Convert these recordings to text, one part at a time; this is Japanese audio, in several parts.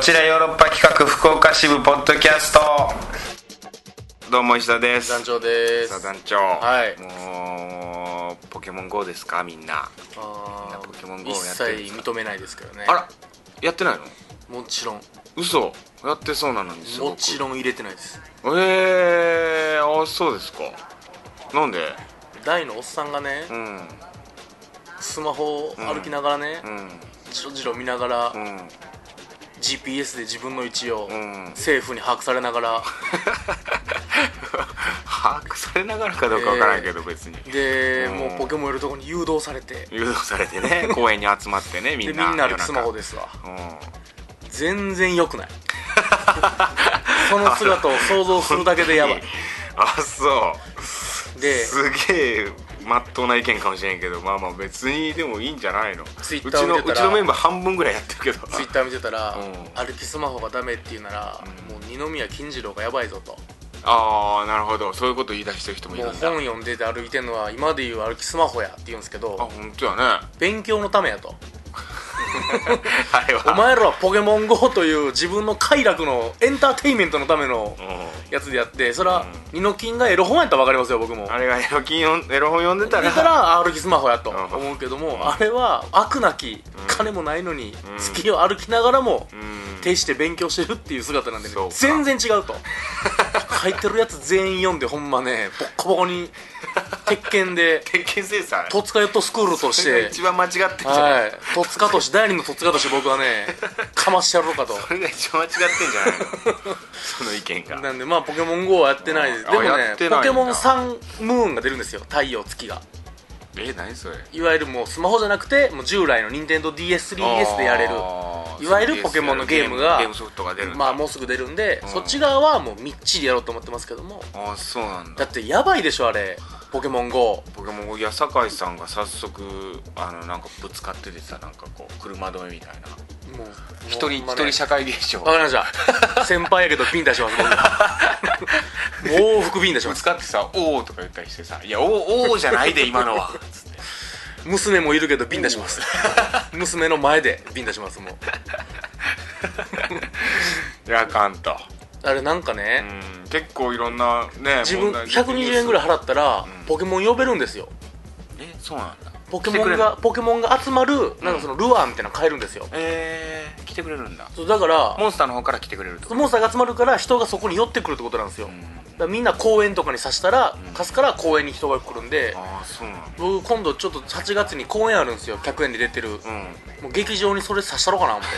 ちらヨーロッパ企画福岡支部ポッドキャストどうも石田です団長ですさあ団長はいもうポケモン GO ですかみんなみんなあーポケモン GO 一やってるんで切すか認めないですけどねあらやってないのもちろん嘘やってそうなのにすごくもちろん入れてないですえー、あそうですかなんで大のおっさんがねうんスマホを歩きながらねうん じろじろ見ながらうん GPS で自分の位置をうん政府に把握されな がら把握されながらかどうかわからんけど、別にでうんもうポケモンいるとこに誘導されて誘導されて ね公園に集まってねみでんみなんな歩きスマホでですわう全然良く ないその姿を想像するだけで やばいんあそでうすげえまっとうな意見かもしれんけどまあまあ別にでもいいんじゃないのうち Twitter のを見てたらうちのメンバー半分ぐらいやってるけどツイッター見てたら、うん歩きスマホがダメっていうなら、もう二宮金次郎がやばいぞとああなるほどそういうこと言い出してる人もいもうる本んだ読んでて歩いてんのは今で言う歩きスマホやって言うんですけあど本当やねあ勉強のためやとれおは前らはポケモン GO という自分の快楽のエンターテインメントのためのうやつでやってそれは二の金がエロ本やったら分かりますよ僕もんあれがエロ金読んエロ本読んでただらからあ歩きスマホやとうん思うけどもあれは悪なき金もないのにん月を歩きながらもうん徹して勉強してるっていう姿なんでねそうか全然違う と書いてるやつ全員読んでほんまねボッコボコに鉄拳で鉄拳センサー戸塚ヨットスクールとしそれがて一番間違ってんじゃない、はい戸塚として第二の戸塚として僕は ねかましてやろうかとそれが一番間違ってんじゃ ないのその意見がなんでまあポケモン GO はやってないですあでもねやってないんだポケモンサンムーンが出るんですよ太陽月がえ何それいわゆるもうスマホじゃなくてもう従来の任天堂 d s 3 d s でやれるあーいわゆるポケモンのゲームがゲームソフトが出るんだまあもうすぐ出るんで、うんそっち側はもうみっちりやろうと思ってますけどもあーそうなんだだってやばいでしょあれポケモン GO ポケモン GO いや酒井さんが早速あのなんかぶつかって出てたなんかこう車止めみたいなもう一人一人社会現象分かりました先輩やけどピン出 します僕もう往復ピン出しぶまつすかってさ「おお」とか言ったりしてさ「いやおおおおじゃないで今のは」つって娘もいるけどピン出します 娘の前でピン出しますもうい やあかんとあれなんかうね、ん結構いろんなね自分問題120円ぐらい払ったら、うんポケモン呼べるんですよえそうなんだポケモンがポケモンが集まるなんかそのルアーみたいなの買えるんですよ、えー、来てくれるんだそうだからモンスターの方から来てくれるとモンスターが集まるから人がそこに寄ってくるってことなんですよ、だからみんな公園とかに刺したら、うん貸すから公園に人が来るんで、ああそうなんだ僕今度ちょっと8月に公演あるんですよ100円で出てる、うんもう劇場にそれ刺したろかな思 って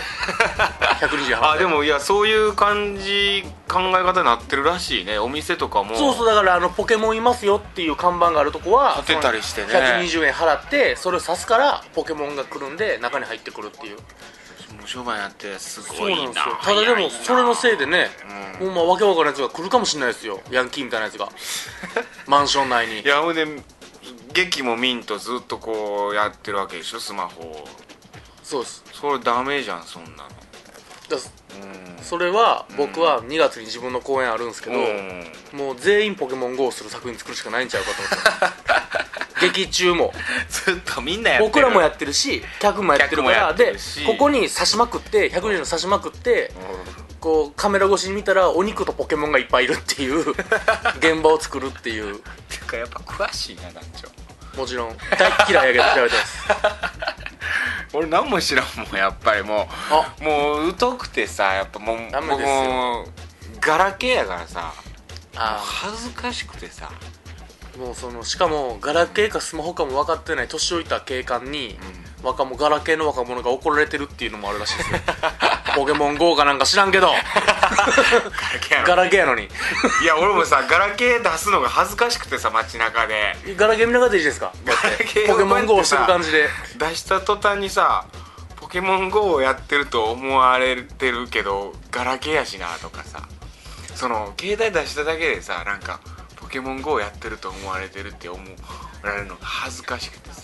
120円払ってあでもいやそういう感じ考え方になってるらしいねお店とかもそうそうだからあのポケモンいますよっていう看板があるとこは立てたりしてねその120円払ってそれを刺すからポケモンが来るんで中に入ってくるっていうもう商売やってすそごういななんですよただでもそれのせいでね、うほんまわけわからんやつが来るかもしれないですよヤンキーみたいなやつが マンション内にいやほんで劇もミンとずっとこうやってるわけでしょスマホをそうですそれダメじゃんそんなのだそれは僕は2月に自分の公演あるんですけうど、んうんもう全員ポケモン GO する作品作るしかないんちゃうかと思 って劇中もずっとみんなやってる僕らもやってるし客もやって客るかもやらってでるしここに刺しまくって100人の刺しまくってこうカメラ越しに見たらお肉とポケモンがいっぱいいるっていう 現場を作るっていうてかやっぱ詳しいな団もちろん大っ嫌いやけど調べてます長俺何も知らんもんやっぱりもあうもう疎くてさやっぱもうダメ僕ですよもガラケーやからさあ恥ずかしくてさーもうそのしかもガラケーかスマホかも分かってない年老いた警官に、若者ガラケーの若者が怒られてるっていうのもあるらしいです よポケモン GO かなんか知らんけどガラケーやのにいや俺もさガラケー出すのが恥ずかしくてさ街中でガラケー見ながらでいいですかこうやっガてラケーポケモン GO をしてる感じで出した途端にさ「ポケモン GO」をやってると思われてるけどガラケーやしなとかさその携帯出しただけでさなんか「ポケモン GO」をやってると思われてるって思われるのが恥ずかしくてさ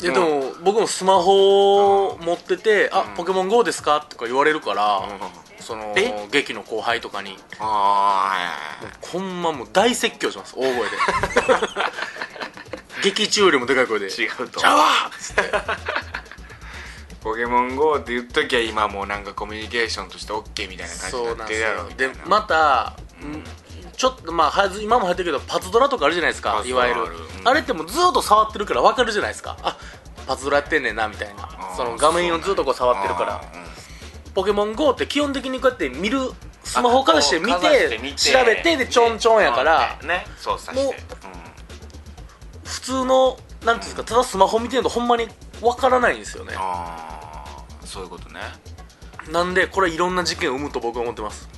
いやでも僕もスマホを持ってて「あんポケモン GO ですか?」とか言われるから、うそのえ劇の後輩とかにああもうほんまもう大説教しま す大声で劇中よりもでかい声で「違うとちゃうわ!」っつってポケモン GO って言っときゃ今もうなんかコミュニケーションとして OK みたいな感じそうにななんっでてるすやろよみたいでなまた、んちょっとまあはず今も入ってるけどパズドラとかあるじゃないですかパズいドラわあゆるる、うんあれってもうずっと触ってるから分かるじゃないですかあパズドラやってんねんなみたいなあーその画面をずっとこう触ってるからあーうんポケモン GO って基本的にこうやって見るスマホからして見てあこうかざして見て調べてでちょんちょんやから、ね操作してもう普通のなんていうんですかただスマホ見てるとほんまに分からないんですよねああそういうことねなんでこれいろんな事件を生むと僕は思ってます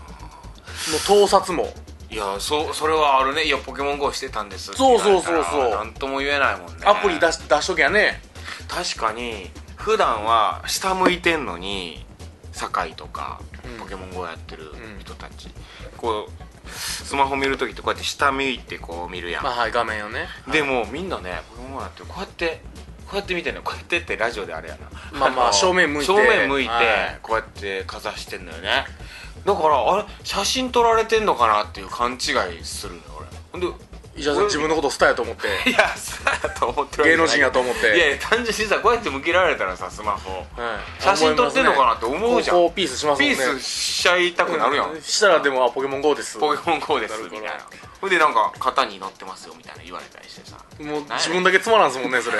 もう盗撮もいやそうそれはあるねいやポケモン GO してたんですそうそうそうって言わそうれたらなんとも言えないもんねアプリ出し出しときゃね確かに普段は下向いてんのに酒井とかうんポケモン GO やってる人たち、こうスマホ見る時ってこうやって下向いてこう見るやん、まあはい画面をねでもみんなねポケモン GO やってるこうやってこうやって見てんのこうやってってラジオであれやなまあまあ の正面向いて正面向いてはいこうやってかざしてんのよねだからあれ写真撮られてんのかなっていう勘違いするのよ俺ほんで 石田さん自分のことスターやと 思っていやそうやと思ってるわけ芸じゃ能ない人やと思っていやいや単純にさこうやって向けられたらさスマホはい写真撮ってんのかなって思いますね思うじゃんこうピースしますもんピねースしちゃいたくなるやん、うしたらでもあポケモン GO ですポケモン GO ですみたいななるほほんでなんか型に乗ってますよみたいな言われたりして さもう自分だけつまらんすもん ねそれ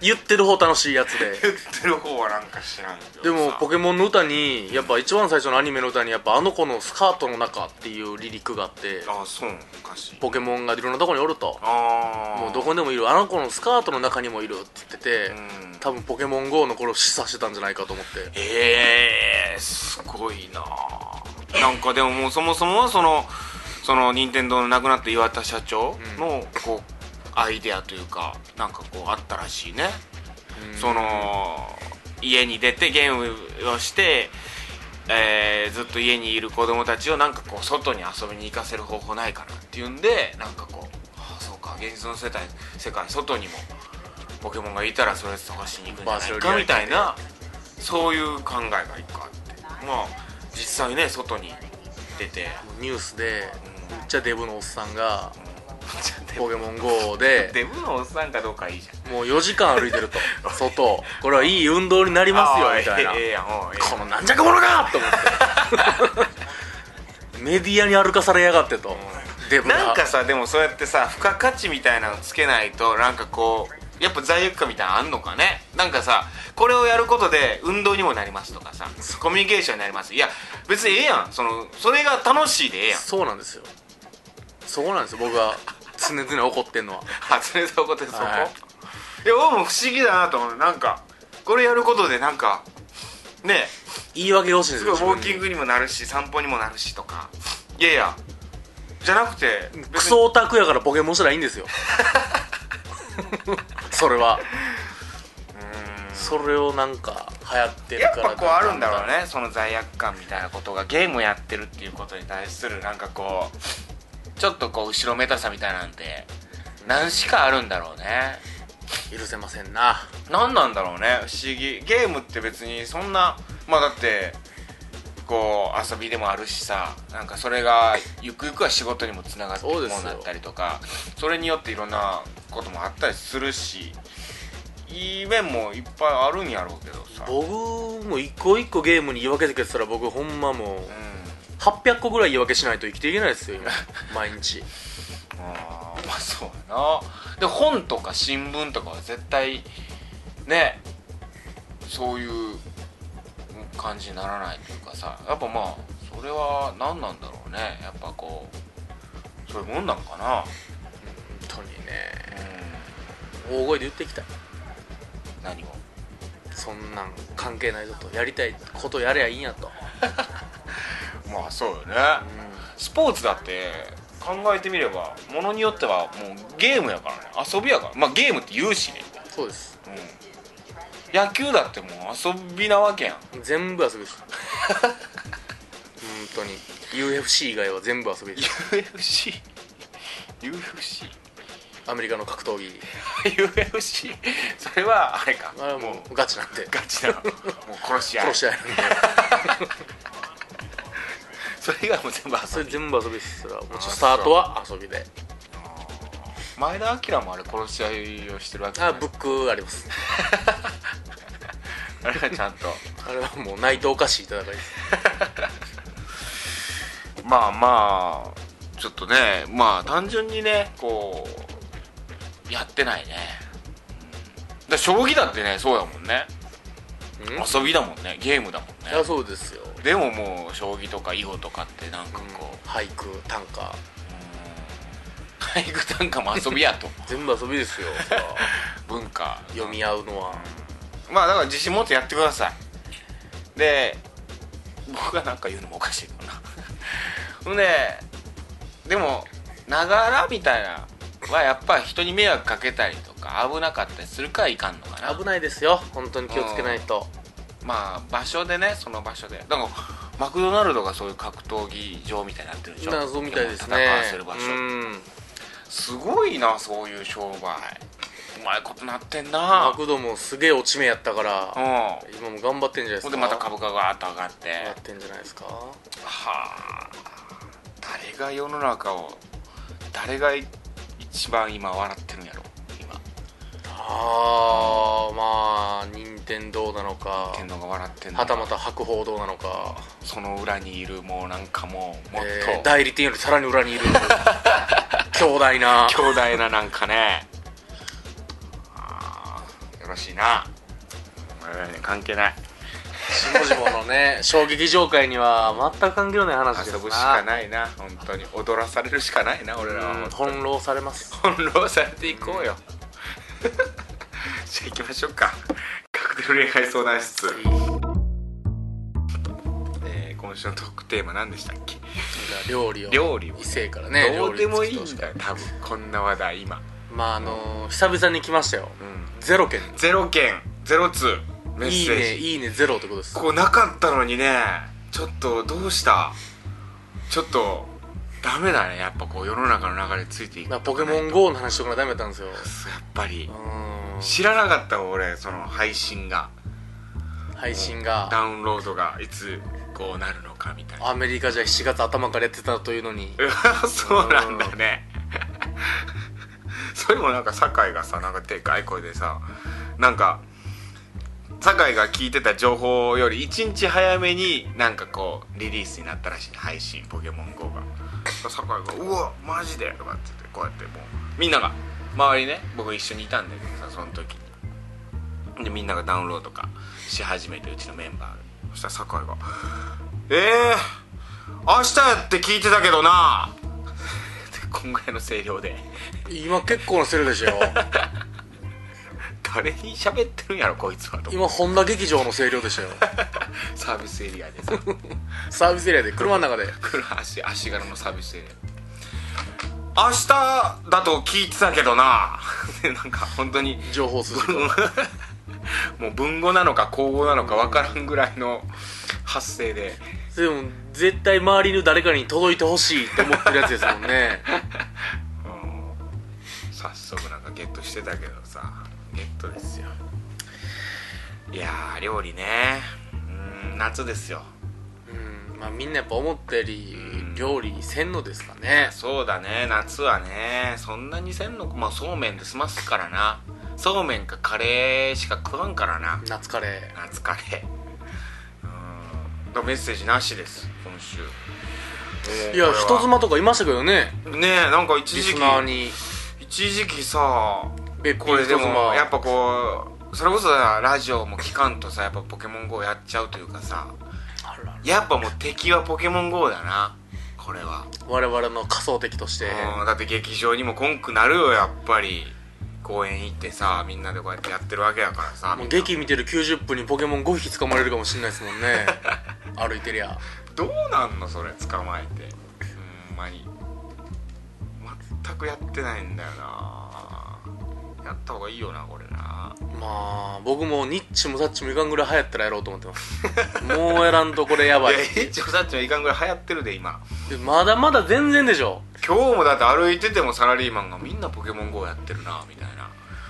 言ってる方楽しいやつで言ってる方はなんか知らんけどでもポケケモンの歌にやっぱ一番最初のアニメの歌にやっぱあの子のスカートの中っていうリリックがあってあそうおかしいポケモンがいろんなとこにおるとああもうどこにでもいるあの子のスカートの中にもいるって言っててうん多分ポケモン GO の頃示唆してたんじゃないかと思ってええー、すごいなあなんかでももうそもそもはそのその任天堂の亡くなった岩田社長のこうアイデアというかなんかこうあったらしいねその家に出てゲームをして、えーずっと家にいる子供たちをなんかこう外に遊びに行かせる方法ないかなっていうんでなんかこうああそうか現実の世界世界外にもポケモンがいたらそれ探しに行くんじゃないかみたいなそういう考えが一個あってまあ実際ね外に出 て、ニュースでうんめっちゃデブのおっさんが「じゃポケモン GO」であデブのおっさんかどうかいいじゃんもう4時間歩いて ると外これはいい運動になりますよああみたいなええええやんおうええやんこのなんじゃかものがと思って メディアに歩かされやがってとデブがなんかさでもそうやってさ付加価値みたいなのつけないとなんかこうやっぱ罪悪感みたいなのあんのかねなんかさこれをやることで運動にもなりますとかさコミュニケーションになりますいや別にええやんそのそれが楽しいでええやん そうなんですよそこなんですよ僕が常々怒ってんのは初音そこってそこ、はいい、や俺も不思議だなと思うなんかこれやることでなんかね言い訳が欲しいんですすごよいウォー自キン分グににもなるし散歩にもなるしとかいやいやじゃなくて別にクソオタクやからポケモンしたらいい んですよそれはそれをなんか流行ってるやっからぱこうあるんだろうねその罪悪感みたいなことがゲームやってるっていうことに対するなんかこうちょっとこう後ろめたさみたいなんて何しかあるんだろうね許せませんな何なんだろうね不思議ゲームって別にそんなまあだってこう遊びでもあるしさなんかそれがゆくゆくは仕事にもつながっていそうくですもよのだったりとかそれによっていろんなこともあったりするしいい面もいっぱいあるんやろうけどさ、僕も一個一個ゲームに言い訳つけてたら僕ほんまもううん800個ぐらい言い訳しないと生きていけないですよ 今毎日あーまあそうやなで本とか新聞とかは絶対ねそういう感じにならないというかさやっぱまあそれは何なんだろうねやっぱこうそういうもんなんかな本当にねうん大声で言っていきたい何をそんなん関係ないぞとやりたいことやりゃいいんやと、まあそうよねうスポーツだって考えてみればものによってはもうゲームやからね遊びやからまあゲームって言うしね、ん、そうですうん、野球だってもう遊びなわけやん全部遊び です本当に UFC 以外は全部遊びです UFC UFC アメリカの格闘技 UFC それはあれかあれはももううガチなんでガチだもう殺し合い殺し合いなんでそれ以外も全部そ遊れび全部遊びですらもうちょっとスタートは遊びで前田明もあれ殺し合いをしてるわけじゃあないブックありますあれはちゃんとあれはもう泣いておかしい戦いですまあまあちょっとねまあ単純にねこうやってないねだ将棋だってねそうだもんねうんい遊びだもんねゲームだもんやねそうですよでももう将棋とか囲碁とかってなんかこう俳句短歌うん 俳句なんかも遊びやと全部遊びですよそら文化 読み合うのはまあだから自信持ってやってくださいで僕がなんか言うのもおかしいかな ほんででもながらみたいなはやっぱ人に迷惑かけたりとか危なかったりするからいかんのかな危ないですよ本当に気をつけないとまあ場所でねその場所でだからマクドナルドがそういう格闘技場みたいになってるでしょ謎みたいですね戦わせる場所うんすごいなそういう商売うまいことなってんマなクドもすげえ落ち目やったからうん今も頑張ってんじゃないでほすかんでまた株価がーッと上がってやってんじゃないですかはあ誰が世の中を誰が一番今笑ってるんやろ今ああまあ任天堂なのか天皇が笑ってんのかはたまた白鵬堂なのか、その裏にいるもうなんかもうもっえーと代理店よりさらに裏にい る強大な強大ななんかねあーよろしいな我々には関係ない下々のね衝撃場界には全く関係のない話ですな遊ぶしかないな本当に踊らされるしかないな俺らはうん本当に翻弄されます翻弄されていこうよ じゃあ行きましょうかカクテル恋愛相談室、えー今週のトークテーマ何でしたっけ料理を料理を異性からねどうでもいい料理ん作ってだほしよ多分こんな話題今、まああのー久々に来ましたようん、ゼロ件ゼロ件ゼロ通メッいいセージねいいねゼロってことですこうなかったのにねちょっとどうしたちょっとダメだねやっぱこう世の中の流れついていくまとあ、かポケないモン GO の話とかダメだったんですよやっぱりう知らなかったわ俺その配信がん配信がダウンロードがいつこうなるのかみたいなアメリカじゃ7月頭からやってたというのにうわ そうなんだねそれもなんか酒井がさなんかでかい声でさなんか酒井が聞いてた情報より1日早めになんかこうリリースになったらしいね配信「ポケモン GO が」酒井が「うわマジで!」とかって言ってこうやってもうみんなが周りね僕一緒にいたんだけどさその時にでみんながダウンロードとかし始めてうちのメンバーがそしたら酒井が「ええー、明日やって聞いてたけどなこんぐらいの声量で今結構のセルで しょ誰に喋ってるんやろこいつはと今本田劇場の声量でしたよサービスエリアでさサービスエリアで車の中で車足足柄のサービスエリア明日だと聞いてたけどなでなんか本当に 情報筋ともう文語なのか口語なのか分からんぐらいの発声ででも絶対周りの誰かに届いてほしいと思ってるやつですもん ねうん早速なんかゲットしてたけどさゲットですよいやー料理ねうん夏ですようんまあみんなやっぱ思ったより料理せんのですかねそうだね夏はねそんなにせんのまあそうめんで済ますからなそうめんかカレーしか食わんからな夏カレー夏カレーうんだからメッセージなしです今週いや人も妻とかいましたけどねうこれはねえなんか一リ時ス期ナーに一時期さ別これでもやっぱぱこうそれこそさラジオも聞かんとさやっぱ「ポケモン GO」やっちゃうというかさあららやっぱもう敵は「ポケモン GO」だなこれは、我々の仮想敵としてうんだって劇場にもコンクなるよやっぱり公演行ってさみんなでこうやってやってるわけやからさもみうんな劇見てる90分にポケモン5匹捕まれるかもしれないですも んね歩いてりゃどうなんのそれ捕まえてほんまに全くやってないんだよなやった方がいいよなこれなまあ僕もニッチもサッチもいかんぐらい流行ったらやろうと思ってますもうやらんとこれやいばいや一応さっちもいかんぐらい流行ってるで今でまだまだ全然でしょ今日もだって歩いててもサラリーマンがみんなポケモン GO やってるなみたいな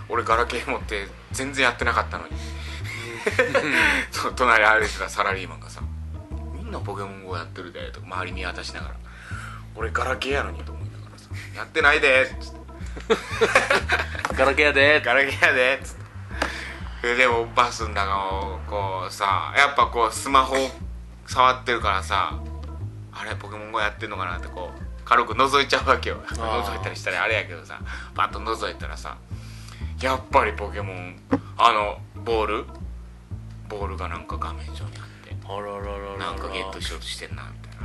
俺ガラケー持って全然やってなかったのにそう隣歩いてたサラリーマンがさみんなポケモン GO やってるでとか周り見渡しながら俺ガラケーやのにと思いながらさやってないでっつってガラケーやでガラケーやでっつってえでもバスの中をこうさやっぱこうスマホ触ってるからさあれポケモン GO やってんのかなってこう軽く覗いちゃうわけよあー覗いたりしたらあれやけどさパッと覗いたらさやっぱりポケモンあのボールボールがなんか画面上にあってあらららららなんかゲットしようとしてんなみた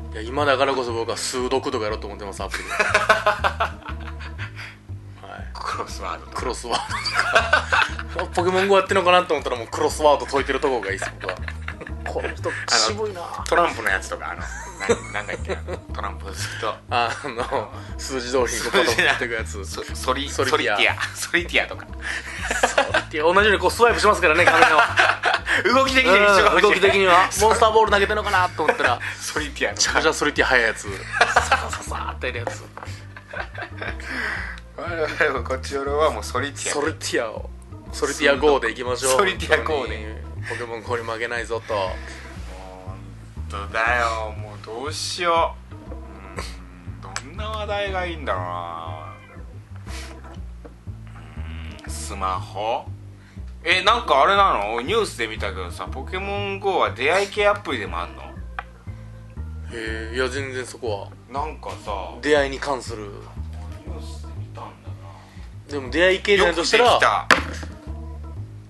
いないや今だからこそ僕は数読とかやろうと思ってますアプ リではいクロスワードとかクロスワードとかポケモン GO やってんのかなと思ったらもうクロスワード解いてるとこがいいです僕はこの人渋いなトランプのやつとかあのななんだっけあのトランプをずっ とあの数字通りにこうパ タパタやっていくやつソソリソソリリテティィアアソリティアとかいや同じようにこうスワイプしますからね画面を 動き的には一緒かもしれない動き的にはモンスターボール投げてんのかなと思った らソリティアめちゃくちゃそれって速いやつササササーってやるやつ我々のこっちよりはもうソリティアソルティアをソルティア GO でいきましょうソルティア GO で本当にポケモン GO に負けないぞと本当だよもうどうしよううーんどんな話題がいいんだろうなうーんスマホえなんかあれなのニュースで見たけどさ「ポケモン GO」は出会い系アプリでもあんのへえいや全然そこなんかさは出会いに関するニュースで見たんだなでも出会い系なよいくでとしきたらた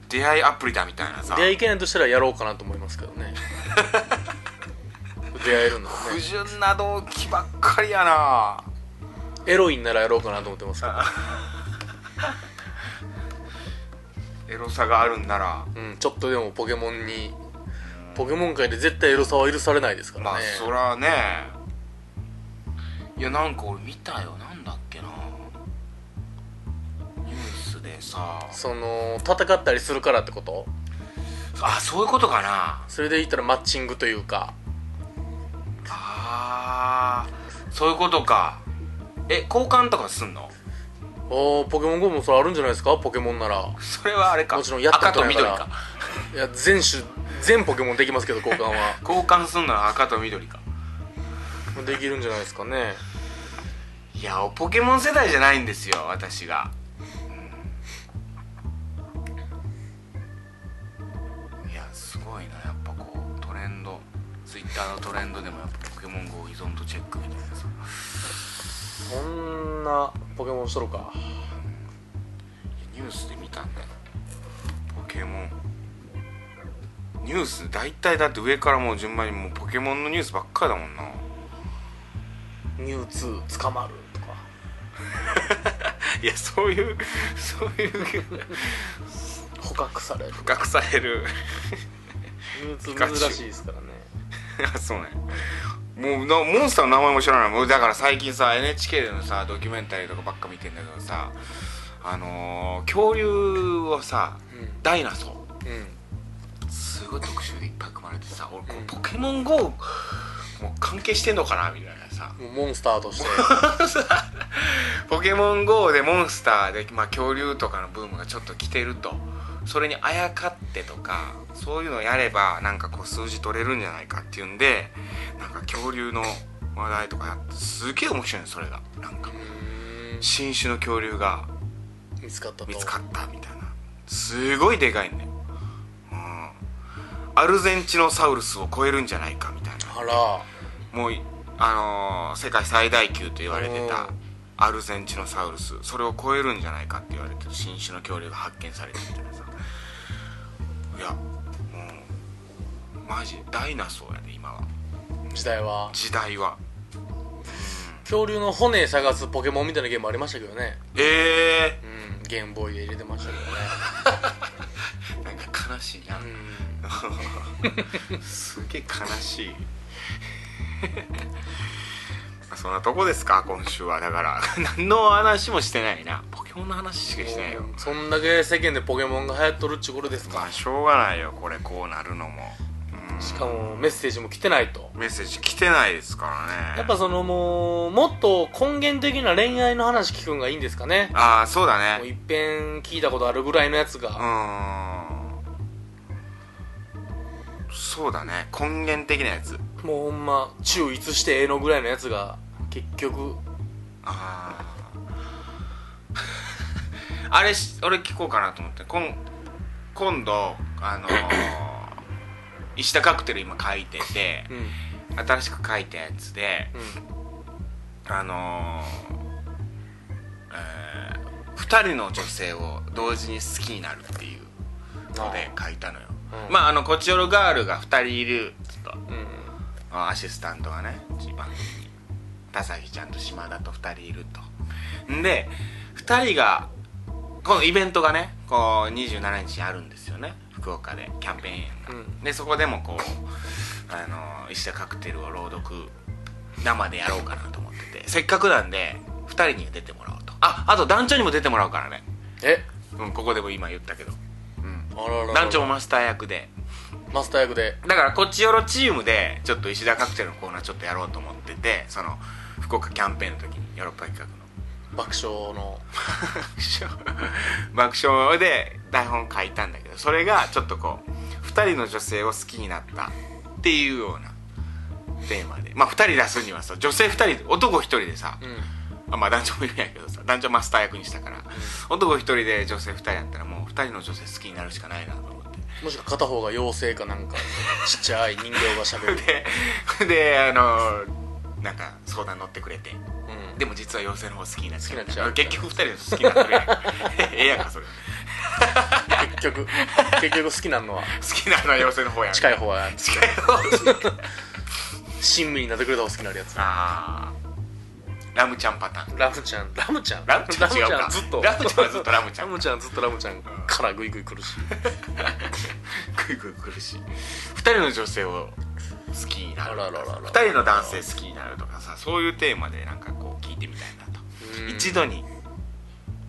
出会いアプリだみたいなさ出会い系ないとしたらやろうかなと思いますけど ね出会えるんだろう不ね純な動機ばっかりやなエロいんならやろうかなと思ってますけどエロさがあるんならうんちょっとでもポケモンにポケモン界で絶対エロさは許されないですからねまあそらねいやなんか俺見たよなんだっけなニュースでさその戦ったりするからってことあそういうことかなそれで言ったらマッチングというかあーそういうことかえ交換とかすんのおーポケモン GO もそれあるんじゃないですかポケモンならそれはあれかもちろんやったことないから赤と緑かいや全種全ポケモンできますけど交換は 交換すんなら赤と緑かできるんじゃないですかねいやポケモン世代じゃないんですよ私が、うんいやすごいなやっぱこうトレンドツイッターのトレンドでもやっぱポケモン GO 依存度チェックみたいなさそんなポケモンしとるかニュースで見たんだよポケモンニュース大体だって上からもう順番にもうポケモンのニュースばっかりだもんなミュウツー捕まるとかいやそういうそういう 捕獲される隠されるミュウツピカチーュウ珍しいですからね あそうねもうなモンスターの名前も知らないもうだから最近さ NHK でのさドキュメンタリーとかばっか見てんだけどさあのー、恐竜をさうダイナソんうんーすごい特集でいっぱい組まれてさ俺これポケモン GO もう関係してんのかなみたいなさもうモンスターとして ポケモン GO でモンスターで、まあ、恐竜とかのブームがちょっと来てるとそれにあやかってとかそういうのやればなんかこう数字取れるんじゃないかっていうんでなんか恐竜の話題とかやってすげえ面白いのそれがなんかうーん新種の恐竜が見つかったと見つかったみたいなすごいでかいんだよ、うん、アルゼンチノサウルスを超えるんじゃないかみたいなあらもういあのー世界最大級と言われてたうんアルゼンチノサウルスそれを超えるんじゃないかって言われてる新種の恐竜が発見されたみたいなさいやもうマジダイナソーやで今は時代は時代は恐竜の骨探すポケモンみたいなゲームありましたけどねえうんゲームボーイで入れてましたけどねー、なんか悲しいな、うすげえ悲しい そんなとこですか今週はだから何の話もしてないなポケモンの話しかしてないよんそんだけ世間でポケモンが流行っとるっちゅうことですまかあしょうがないよこれこうなるのもうんしかもメッセージも来てないとメッセージ来てないですからねやっぱそのもうもっと根源的な恋愛の話聞くんがいいんですかねああそうだもうねいっぺん聞いたことあるぐらいのやつうがーんそうだね根源的なやつもうほんま中いつしてええのぐらいのやつが結局あ ああれし俺聞こうかなと思ってこん今度あのー石田カクテル今書いててうん新しく書いたやつであのーえ2人の女性を同時に好きになるっていうので書いたのよ、うんまああのコチオロガールが2人いるっつとうんうんアシスタントがね一番田崎ちゃんと島田と2人いるとんで2人がこのイベントがねこう27日にあるんですよね福岡でキャンペーンが、うんでそこでもこうあの石田カクテルを朗読生でやろうかなと思っててせっかくなんで2人に出てもらおうとああと団長にも出てもらうからね、えうん、ここでも今言ったけど、うん、あららら団長マスター役でマスター役でだからこっちよろチームでちょっと石田カクテルのコーナーちょっとやろうと思っててその福岡キャンペーンの時にヨーロッパ企画の爆笑の爆笑で台本書いたんだけどそれがちょっとこう2人の女性を好きになったっていうようなテーマでまあ2人出すにはさ女性2人男1人でさ、うんあまあ男女もいるんやけどさ男女マスター役にしたから、男1人で女性2人やったらもう2人の女性好きになるしかないなと思ってもしくは片方が妖精かなんかちっちゃい人形がしゃべ る、でであのなんか相談乗ってくれてうん、でも実は妖精の方好きになっちゃう好きになっちゃう結局二人の好きになってるや んええやんかそれ好結局結局好きなのはきなのは妖精の方やん近いい方は近い方親身になってくれた方が好きになるやつあーラムちゃんパターンラムちゃんラムちゃんラムちゃん違うラかムずっとラムちゃんはずっとラムちゃんラムちゃんずっとラムちゃんからグイグイ来るしグイグイ来るし二人の女性を好きになるあらららら二人の男性好きになるとかさそういうテーマでなんかこう聞いてみたいなとうん一度に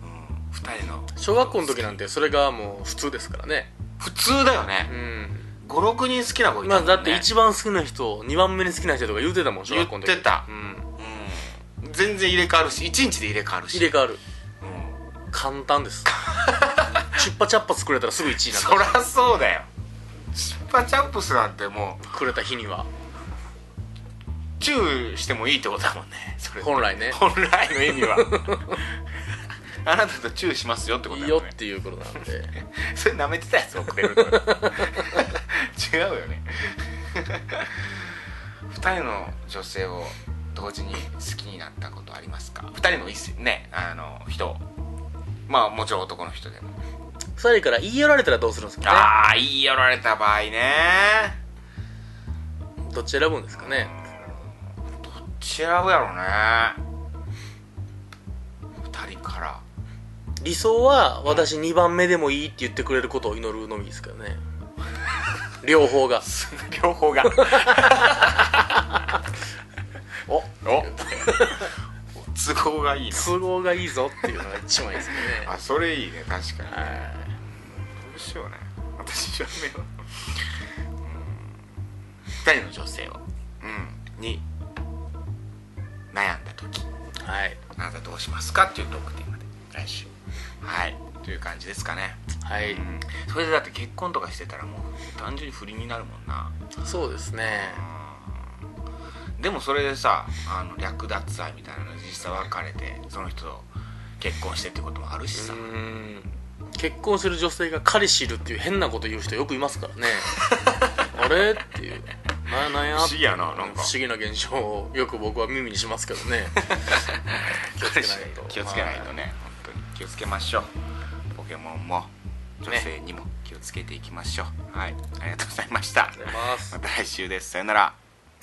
うん二人の小学校の時なんてそれがもう普通ですからね普通だようねん56人好きな子いたまあもんねだって一番好きな人2番目に好きな人とか言うてたもん小学校の時言ってたうんうん全然入れ替わるし一日で入れ替わるし入れ替わるうん簡単 ですチュッパチャッパ作れたらすぐ1位なんそだりゃそうだよチッパチャップスなんてもくれた日にはうチューしてもいいってことだもんねそれ本来ね本来の意味は あなたとチューしますよってこといだいよよねっていうことなんでそれ舐めてたやつをくれるの 違うよね 二人の女性を同時に好きになったことありますか二人の一性ねあの人まあもちろん男の人でも、 2人から言い寄られたらどうするんですかああ言い寄られた場合ねねどっち選ぶんですかねどっち選ぶやろね2人から理想は私2番目でもいいって言ってくれることを祈るのみですからね両方が 両方がお お都合がいいな都合がいいぞっていうのが一番いいですけどねあそれいいね確かにど はいうしようね私じゃめよ2人の女性を、うん、に悩んだ時はいあなたどうしますかっていうトークテーマで来週はいという感じですかねはい、うんそれでだって結婚とかしてたらもう単純に不倫になるもんなそうですねでもそれでさあの略奪愛みたいなの実際別れてその人と結婚してってこともあるしうさ、ん結婚する女性が彼氏いるっていう変なこと言う人よくいますから ねあれっていうななんや不思議やななん不か思議な現象をよく僕は耳にしますけど ね気をつけないと気をつけないとね、本当に気をつけましょうポケモンも女性にも気をつけていきましょう、はいありがとうございましたりがとうございますまた来週ですさよなら